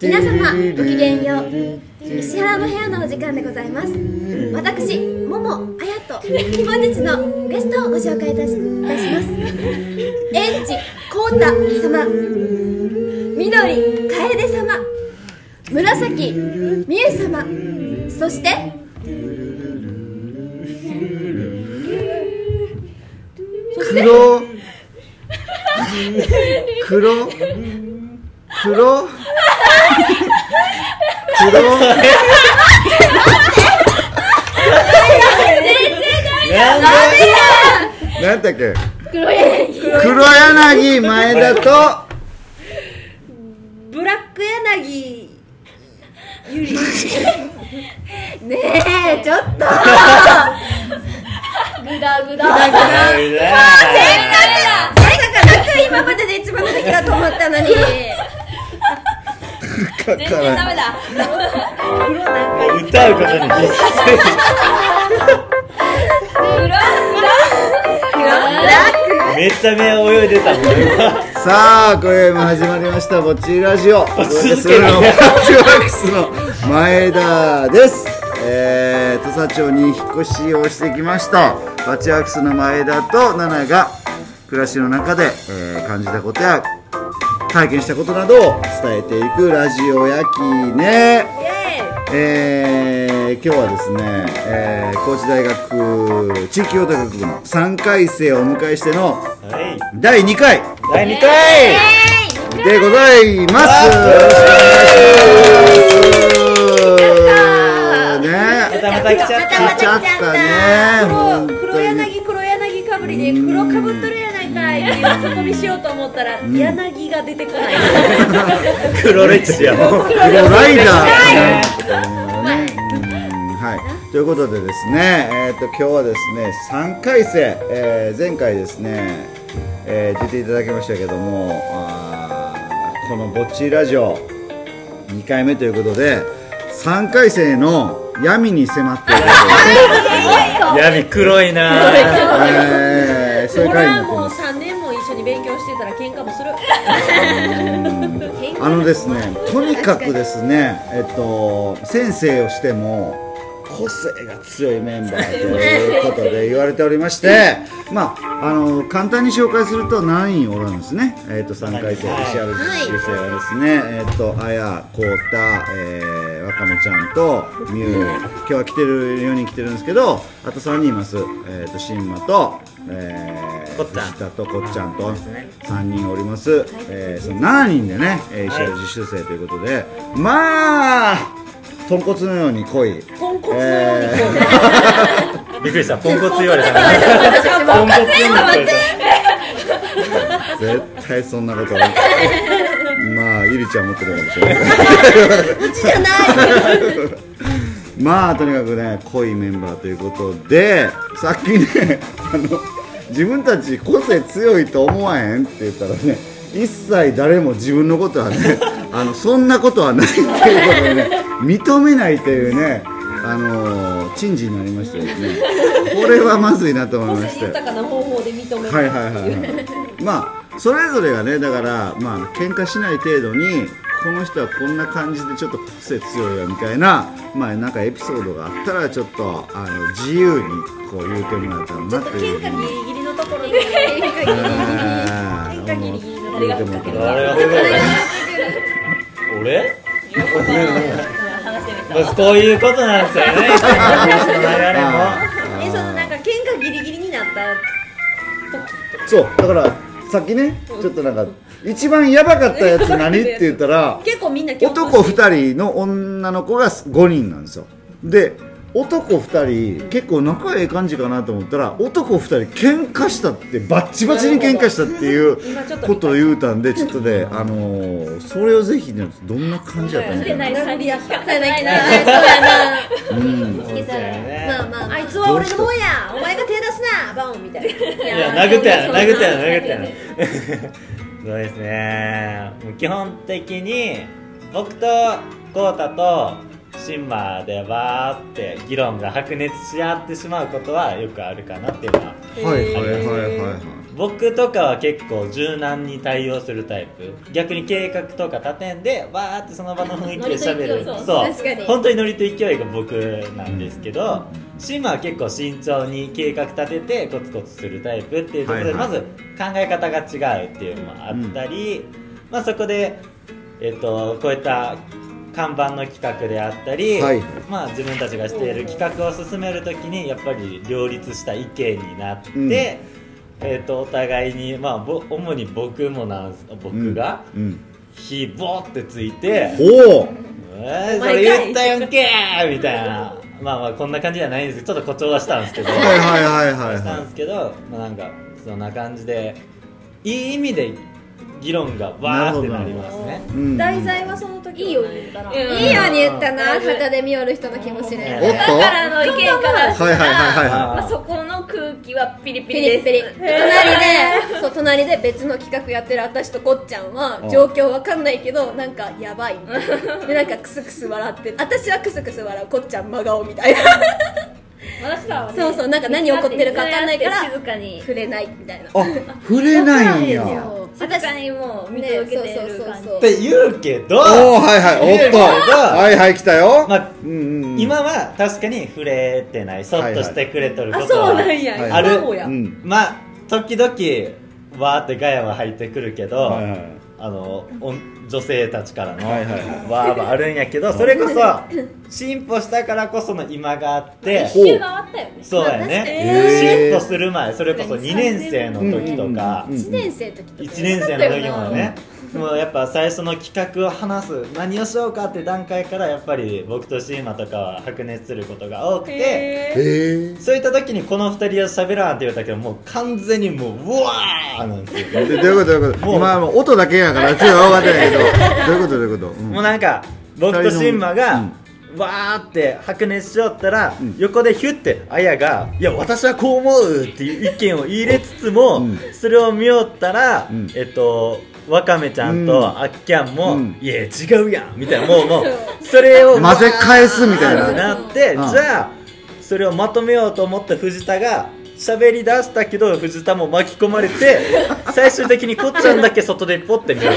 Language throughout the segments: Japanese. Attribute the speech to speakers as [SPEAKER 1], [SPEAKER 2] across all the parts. [SPEAKER 1] 皆様ごきげんよう石原の部屋のお時間でございます私桃あやと本日のゲストをご紹介いたしいたしますエンジコウタ様緑楓様紫美優様そして
[SPEAKER 2] 黒黒黒黒なんでなんだっけ
[SPEAKER 3] 黒柳
[SPEAKER 2] 黒柳前田と
[SPEAKER 1] ブラック柳ゆりねえちょっと
[SPEAKER 3] グダグダ
[SPEAKER 1] 誰かがなんか今までで一番の敵だと思ったのに
[SPEAKER 2] か
[SPEAKER 3] 全然ダメだ
[SPEAKER 4] 歌うことに必死
[SPEAKER 3] 黒
[SPEAKER 4] めちゃめちゃ泳いでたもん今
[SPEAKER 2] さあ今宵も始まりました「ぼっちりラジオ」お
[SPEAKER 4] 続けて
[SPEAKER 2] するのはぼっちワックスの前田ですえー、土佐町に引っ越しをしてきましたぼっちワックスの前田と奈々が暮らしの中で、えー感じたことや体験したことなどを伝えていくラジオやきねえー、今日はですね、えー、高知大学地域協定学部の3回生をお迎えしての
[SPEAKER 4] はい
[SPEAKER 2] 第2回
[SPEAKER 4] 第2回
[SPEAKER 2] でございます。よろしくお願いします。ね。
[SPEAKER 4] またまた来ちゃっ
[SPEAKER 2] 来ちゃったね。本当
[SPEAKER 3] 黒
[SPEAKER 2] に。
[SPEAKER 3] 柳黒柳かぶりで黒かぶっとるやないかいっていう遊びしようと思ったら柳が出てこない
[SPEAKER 4] た黒歴史やもう
[SPEAKER 2] 黒ライダーだね。うんはい。ということでですね、えっ、と今日はですね、3回生、えー前回ですね、えー出ていただきましたけども、あーこのぼっちラジオ2回目ということで、3回生の闇に迫っている。
[SPEAKER 4] 闇黒いな
[SPEAKER 2] えーそういう
[SPEAKER 3] 俺
[SPEAKER 2] 回になっ
[SPEAKER 3] は
[SPEAKER 2] て
[SPEAKER 3] もう
[SPEAKER 2] ます。
[SPEAKER 3] 3年も一緒に勉強してたら喧嘩もする
[SPEAKER 2] あのですね、とにかくですね、えっと、先生をしても。個性が強いメンバーということで言われておりまして、まあ、あの簡単に紹介すると7人おるんですね、えっと3回生、石原実習生はですね、えっとあや、こうた、えー、わかめちゃんとみゆ、今日は来てる4人来てるんですけど、あと3人います、えっと新馬と、えー、
[SPEAKER 4] こっちゃん
[SPEAKER 2] 藤田とこっちゃんと3人おります、えーその7人でね、えー、石原実習生ということで、まあ、豚骨のように濃い。
[SPEAKER 3] ポンコツのようにこうね
[SPEAKER 4] びっくりしたポンコツ言われたポンコツ言われ
[SPEAKER 2] 絶対そんなことないまあゆりちゃん持ってるかもしれない
[SPEAKER 1] うちじゃない
[SPEAKER 2] まあとにかくね濃いメンバーということでさっきね あの自分たち個性強いと思わへんって言ったらね一切誰も自分のことはね あのそんなことはないっていうことをね認めないというねあの珍事になりましたよねこれはまずいなと思い
[SPEAKER 3] 個
[SPEAKER 2] まし
[SPEAKER 3] 性
[SPEAKER 2] た
[SPEAKER 3] 豊かな方法で認める
[SPEAKER 2] はいはいはい、はい、まあそれぞれがねだからまあ喧嘩しない程度にこの人はこんな感じでちょっと個性強いわみたいなまあなんかエピソードがあったらちょっとあの自由にこう言うてもらえたらなというふう
[SPEAKER 3] ギ
[SPEAKER 2] に
[SPEAKER 3] リギリのところで
[SPEAKER 2] あー
[SPEAKER 3] 喧嘩ギリギリの
[SPEAKER 2] 言うてもらえた
[SPEAKER 4] たあ
[SPEAKER 2] ら
[SPEAKER 4] れはほら俺
[SPEAKER 3] 話してみた
[SPEAKER 4] まずこういうことなんですよねいつも話の流れも
[SPEAKER 3] えそのなんか喧嘩ギリギリになった
[SPEAKER 2] そうだからさっきねちょっとなんか一番やばかったやつ何って言ったら
[SPEAKER 3] 結構みんな共通
[SPEAKER 2] 男2人の女の子が5人なんですよで男2人結構仲ええ感じかなと思ったら男2人喧嘩したってバッチバチに喧嘩したっていう
[SPEAKER 3] 今ちょっと見た
[SPEAKER 2] ことを言うたんでちょっとね、あのーそれをぜひねどんな感じやったみ
[SPEAKER 3] つ
[SPEAKER 2] た
[SPEAKER 3] れ
[SPEAKER 2] いな
[SPEAKER 3] ない3人しか
[SPEAKER 1] そうやなそうや
[SPEAKER 2] うん
[SPEAKER 4] そうだよね
[SPEAKER 1] なまあまあ
[SPEAKER 3] あいつは俺のもんやお前が手出すなバンみたいない
[SPEAKER 4] や殴ったやろ殴ったやろ殴ったやろ
[SPEAKER 3] ね
[SPEAKER 4] そうですねもう基本的に僕とコウタとシンマでバーって議論が白熱し合ってしまうことはよくあるかなっていうのは
[SPEAKER 2] はいはいはいはいはい
[SPEAKER 4] 僕とかは結構柔軟に対応するタイプ逆に計画とか立てんでわーってその場の雰囲気で喋る
[SPEAKER 3] ノリと勢い
[SPEAKER 4] そう
[SPEAKER 1] 確かに
[SPEAKER 4] 本当にノリと勢いが僕なんですけどシンマは結構慎重に計画立ててコツコツするタイプっていうところで、
[SPEAKER 2] はいはい
[SPEAKER 4] まず考え方が違うっていうのもあったり、まあ、そこで、えっと、こういった看板の企画であったり、
[SPEAKER 2] はい
[SPEAKER 4] まあ、自分たちがしている企画を進めるときにやっぱり両立した意見になって、
[SPEAKER 2] うん
[SPEAKER 4] えっとお互いに、まあ、ぼ主に僕もなんす僕が
[SPEAKER 2] うん、
[SPEAKER 4] 火ボーってついて
[SPEAKER 2] うん、おお
[SPEAKER 4] えー、それ言ったやんけーみたいなまあまあこんな感じじゃないんですけどちょっと誇張はしたんですけど
[SPEAKER 2] はいはいはいはい
[SPEAKER 4] し
[SPEAKER 2] は
[SPEAKER 4] たん
[SPEAKER 2] い
[SPEAKER 4] ですけど、まあ、なんかそんな感じでいい意味で議論がわーってなりますね
[SPEAKER 2] うん
[SPEAKER 3] 題材はその時
[SPEAKER 5] いいように言ったな。
[SPEAKER 3] うん
[SPEAKER 1] いいように言ったな肌で見よる人の気もしれん
[SPEAKER 2] おっと
[SPEAKER 3] だからの意見からした
[SPEAKER 2] はいは
[SPEAKER 3] ら、
[SPEAKER 2] いはいはい
[SPEAKER 3] まあ、そこの空気はピリピ
[SPEAKER 5] ピ
[SPEAKER 3] リ
[SPEAKER 5] リ
[SPEAKER 3] です
[SPEAKER 5] ピリ隣でそう隣で別の企画やってる私とこっちゃんは
[SPEAKER 4] うん
[SPEAKER 5] 状況わかんないけどなんかやばいみたいなでなんかクスクス笑って私はクスクス笑うこっちゃん真顔みたいな
[SPEAKER 3] 私らはね
[SPEAKER 5] そうそうなんか何起こってるかわかんない から
[SPEAKER 3] 静かに
[SPEAKER 5] 触れないみたいな
[SPEAKER 2] あ触れないんやお
[SPEAKER 3] 静かにもう見届けて
[SPEAKER 5] ね
[SPEAKER 3] る
[SPEAKER 5] そうそう
[SPEAKER 3] 感じ
[SPEAKER 5] そう
[SPEAKER 4] っ
[SPEAKER 5] そう
[SPEAKER 4] て言うけど、
[SPEAKER 2] おーはいはいおっとはいはい来たよ、
[SPEAKER 4] まあ
[SPEAKER 2] うんうんうん
[SPEAKER 4] 今は確かに触れてないそっとしてくれとるこ
[SPEAKER 5] あ
[SPEAKER 4] とは、
[SPEAKER 5] そうなんや、
[SPEAKER 2] はい
[SPEAKER 4] ある
[SPEAKER 5] 今もや
[SPEAKER 2] うん
[SPEAKER 4] まあ時々わーってガヤは入ってくるけど、
[SPEAKER 2] はいはい
[SPEAKER 4] あのお女性たちからの
[SPEAKER 2] は
[SPEAKER 4] わ
[SPEAKER 2] いはい
[SPEAKER 4] ーはあるんやけどそれこそ進歩したからこその今があって
[SPEAKER 2] ほう
[SPEAKER 3] 周回ったよね
[SPEAKER 4] そうや
[SPEAKER 2] へ
[SPEAKER 4] ね
[SPEAKER 2] ー
[SPEAKER 4] 進歩する前それこそ2年生の時とか
[SPEAKER 2] うんうんうん
[SPEAKER 5] 1年生の時とか
[SPEAKER 4] 1年生の時もねもうやっぱ最初の企画を話す何をしようかって段階からやっぱり僕とシーマとかは白熱することが多くて。
[SPEAKER 2] へえ
[SPEAKER 4] そういった時にこの二人は喋らんって言うたけどもう完全にもううわーなんですよ
[SPEAKER 2] でどういうことどういうこと
[SPEAKER 4] もう
[SPEAKER 2] 今はもう音だけやからちょっと分かってないけど どういうことどういうこと、うん
[SPEAKER 4] もうなんか僕とシンマ
[SPEAKER 2] う
[SPEAKER 4] が
[SPEAKER 2] ん
[SPEAKER 4] わーって白熱しよったら、
[SPEAKER 2] ん
[SPEAKER 4] 横でヒュってあやが「いや私はこう思う」っていう意見を入れつつも、
[SPEAKER 2] うん
[SPEAKER 4] それを見よったら、
[SPEAKER 2] うん
[SPEAKER 4] えっとわかめちゃん
[SPEAKER 2] うん
[SPEAKER 4] とあっきゃんも「
[SPEAKER 2] うん
[SPEAKER 4] いや違うやん」みたいなもうもうそれを
[SPEAKER 2] 混ぜ返すみたい
[SPEAKER 4] って
[SPEAKER 2] な
[SPEAKER 4] なって、
[SPEAKER 2] うん
[SPEAKER 4] じゃあそれをまとめようと思った藤田が喋り出したけど藤田も巻き込ま れて最終的にこっちゃんだけ外でポッて見る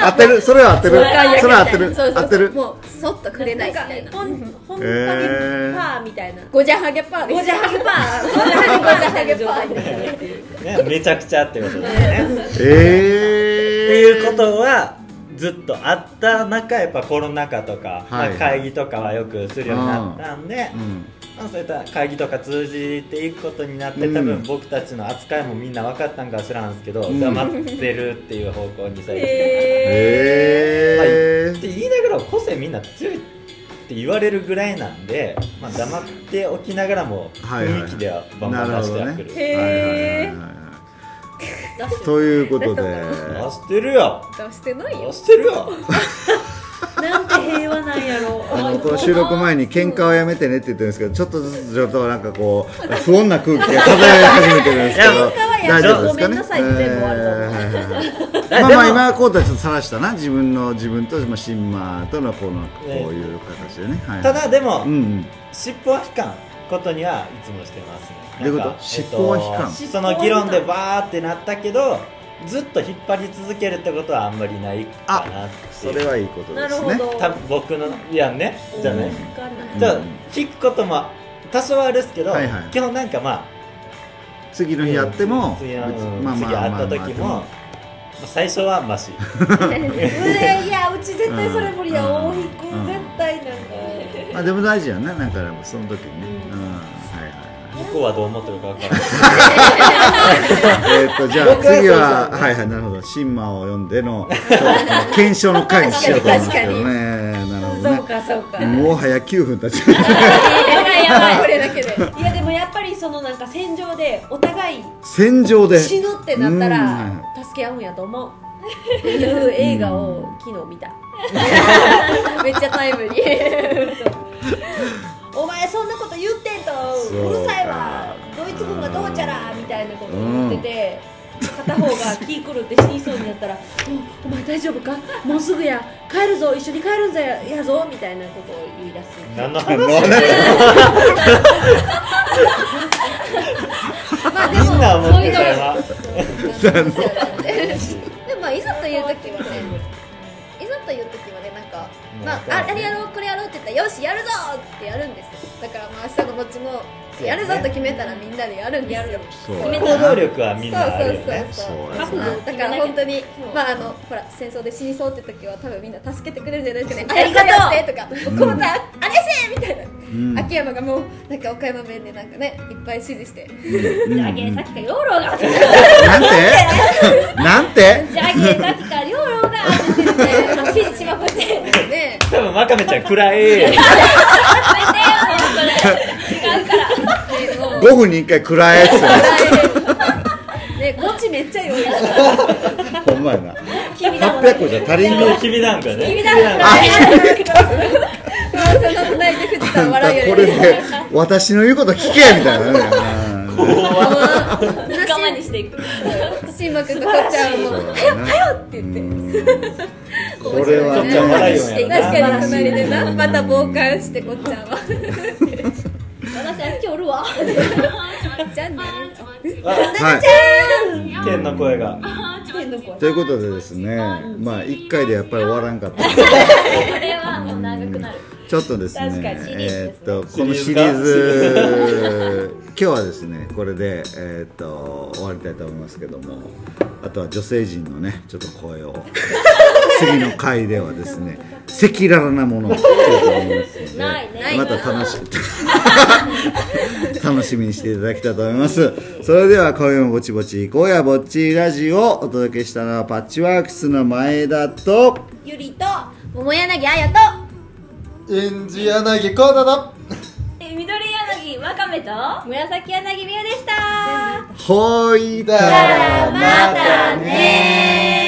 [SPEAKER 2] 当てるそれは当てる
[SPEAKER 5] そうか
[SPEAKER 2] それは当てる
[SPEAKER 5] そうそうそう
[SPEAKER 2] 当てる
[SPEAKER 5] もうそっとくれないみ
[SPEAKER 3] なん
[SPEAKER 5] た
[SPEAKER 3] か
[SPEAKER 5] いな
[SPEAKER 3] ほんほんとにパ
[SPEAKER 2] へー
[SPEAKER 3] ーみたいな
[SPEAKER 5] ごじゃはげパーです
[SPEAKER 3] ごじゃはげパーごじゃはげパーみたいな状態で
[SPEAKER 4] ね、めちゃくちゃってことですね。
[SPEAKER 2] え
[SPEAKER 4] って
[SPEAKER 2] え
[SPEAKER 4] いうことはずっとあった中やっぱコロナ禍とか、
[SPEAKER 2] はい
[SPEAKER 4] まあ、会議とかはよくするようになったんで、
[SPEAKER 2] うん
[SPEAKER 4] まあ、そういった会議とか通じていくことになって
[SPEAKER 2] うん
[SPEAKER 4] 多分僕たちの扱いもみんな分かったんか知らんすけど、
[SPEAKER 2] うん
[SPEAKER 4] 黙ってるっていう方向に最近。
[SPEAKER 2] え
[SPEAKER 4] っ
[SPEAKER 2] ー
[SPEAKER 4] て言いながら個性みんな強いって言われるぐらいなんで、まあ、黙っておきながらも
[SPEAKER 2] はいはい
[SPEAKER 4] 雰囲気ではバンバン出してはくる
[SPEAKER 2] なるほどねはいはいはいはいと
[SPEAKER 4] 出
[SPEAKER 2] いうことで
[SPEAKER 4] してるよ
[SPEAKER 5] 出してないよ
[SPEAKER 4] 出してるよ
[SPEAKER 3] なんて平和なんやろ
[SPEAKER 2] あのこの収録前に喧嘩はやめてねって言ってるんですけどちょっとずつちょっとなんかこう不穏な空気が漂い始めてるんですけど
[SPEAKER 4] いや
[SPEAKER 2] 大丈夫ですかね
[SPEAKER 3] ごめんなさい全部終わると思う
[SPEAKER 2] えーはいはいはいまあまあ今はこうたちょっとさらしたな自分の自分とまあシンマーとのこのこういう形でね、はい、
[SPEAKER 4] ただで
[SPEAKER 2] う
[SPEAKER 4] も、
[SPEAKER 2] んうん
[SPEAKER 4] 尻尾は引かんことにはいつもしてますね
[SPEAKER 2] どういうこと
[SPEAKER 4] なんか
[SPEAKER 2] 尻尾は引かん
[SPEAKER 4] えっとその議論でバーってなったけどずっと引っ張り続けるってことはあんまりないかなってい
[SPEAKER 2] そうれはいいことで
[SPEAKER 3] なる
[SPEAKER 2] す
[SPEAKER 3] ほ
[SPEAKER 2] ね
[SPEAKER 3] ど
[SPEAKER 4] 多分僕のいやねじゃあね、
[SPEAKER 3] わかんない
[SPEAKER 4] じゃあ
[SPEAKER 2] うん
[SPEAKER 4] 引くことも多少はあるっすけど、
[SPEAKER 2] はいはい
[SPEAKER 4] 基本なんかまあ
[SPEAKER 2] 次の日やっても、
[SPEAKER 4] 次の
[SPEAKER 2] 別に
[SPEAKER 4] うん次会った時も、まあ最初はマシ
[SPEAKER 3] いやうち絶対それ無理や
[SPEAKER 2] うん
[SPEAKER 3] 大引く
[SPEAKER 2] うん
[SPEAKER 3] 絶対なんか
[SPEAKER 2] まあでも大事やねなんかその時にね、うんはいはい
[SPEAKER 4] 向こうはどう思ってるかわからない
[SPEAKER 2] はいえーっとじゃあ
[SPEAKER 4] 僕は
[SPEAKER 2] 次は、
[SPEAKER 4] そうそう
[SPEAKER 2] はいはいなるほどシンマを読んでのそう検証の回にしようと思いますけどねなるほど
[SPEAKER 3] そう
[SPEAKER 2] ね
[SPEAKER 3] かそうか
[SPEAKER 2] もはや9分経ちました
[SPEAKER 3] やばい
[SPEAKER 5] これだけで
[SPEAKER 3] いやでもやっぱりそのなんか戦場でお互い
[SPEAKER 2] 戦場で
[SPEAKER 3] 死ぬってなった
[SPEAKER 2] うん
[SPEAKER 3] ら助け合うんやと思うっていう映画を昨日見た
[SPEAKER 5] めっちゃタイムリー
[SPEAKER 3] お前そんなこと言ってん
[SPEAKER 2] そう
[SPEAKER 3] とうるさいわドイツ軍がどうちゃらみたいなこと言ってて、片方が気狂って死にそうになったら「おお前大丈夫かもうすぐや帰るぞ一緒に帰るんだよやぞ」みたいなことを言い出す
[SPEAKER 4] 何の話
[SPEAKER 2] あのね
[SPEAKER 5] まあでも
[SPEAKER 4] な思ってたよ
[SPEAKER 1] でもまあいざという時はねいざという時はねなんか、まあ、ああれやろうこれやろうって言ったらよしやるぞってやるんですよだからまあ明日のぼっちもやるぞと決めたらみんなでやるんですよ
[SPEAKER 2] そう
[SPEAKER 4] 行動力はみんなあるよね
[SPEAKER 1] そうそう
[SPEAKER 2] そう
[SPEAKER 1] そうそう
[SPEAKER 2] ですね
[SPEAKER 1] だから本当に、まああのほら戦争で死にそうって時は多分みんな助けてくれるんじゃないですかね。ありがとうとか、こうだあれせみたいな、
[SPEAKER 2] ん
[SPEAKER 1] 秋山がもうなんか岡山弁でなんかねいっぱい指示して、
[SPEAKER 2] うん
[SPEAKER 6] じゃあげさっきか養老がじ
[SPEAKER 2] なんてなんて
[SPEAKER 6] ゃあげさっきか養老がって言って指示しまくってやめてよ
[SPEAKER 1] ね
[SPEAKER 4] 多分ワカメちゃん暗いよ
[SPEAKER 2] 5分に1回くらえっすよ
[SPEAKER 1] ねこっちめっちゃ言われ
[SPEAKER 2] ほんまやな800個じゃ足りんの
[SPEAKER 4] 君なんかね君
[SPEAKER 1] てそんなないで藤さん笑うより
[SPEAKER 2] これで私の言うこと聞けみたいなねうん
[SPEAKER 6] 仲間にしていく
[SPEAKER 1] シンマ君とこっちゃんも
[SPEAKER 2] そうだな
[SPEAKER 1] って言って
[SPEAKER 2] これは
[SPEAKER 4] こっちは笑いよ
[SPEAKER 2] ね
[SPEAKER 4] ね
[SPEAKER 1] 確かに隣でなまた傍観してこっちゃんは
[SPEAKER 6] 私あっちおるわ
[SPEAKER 1] じゃんね
[SPEAKER 2] はい
[SPEAKER 4] 天の声が
[SPEAKER 2] ということでですねまあ1回でやっぱり終わらんかった
[SPEAKER 6] これはもう長くなる
[SPEAKER 2] ちょっとですね、
[SPEAKER 6] 確かにシリーズですね
[SPEAKER 2] えーっとこのシリーズ、今日はですね、これで、えーっと終わりたいと思いますけども、あとは女性陣のね、ちょっと声を、次の回ではですね、赤裸々なものを聞こうと思いますので、
[SPEAKER 6] ないね
[SPEAKER 2] また楽し 楽しみにしていただきたいと思います。それでは、今夜もぼちぼち行こうやぼっちラジオをお届けしたのは、パッチワークスの前田と、
[SPEAKER 3] ゆりと
[SPEAKER 1] 桃柳あやと
[SPEAKER 7] エンジ柳コーナだ
[SPEAKER 6] え緑柳わかめと紫柳美優でした
[SPEAKER 2] ほいだ
[SPEAKER 6] またね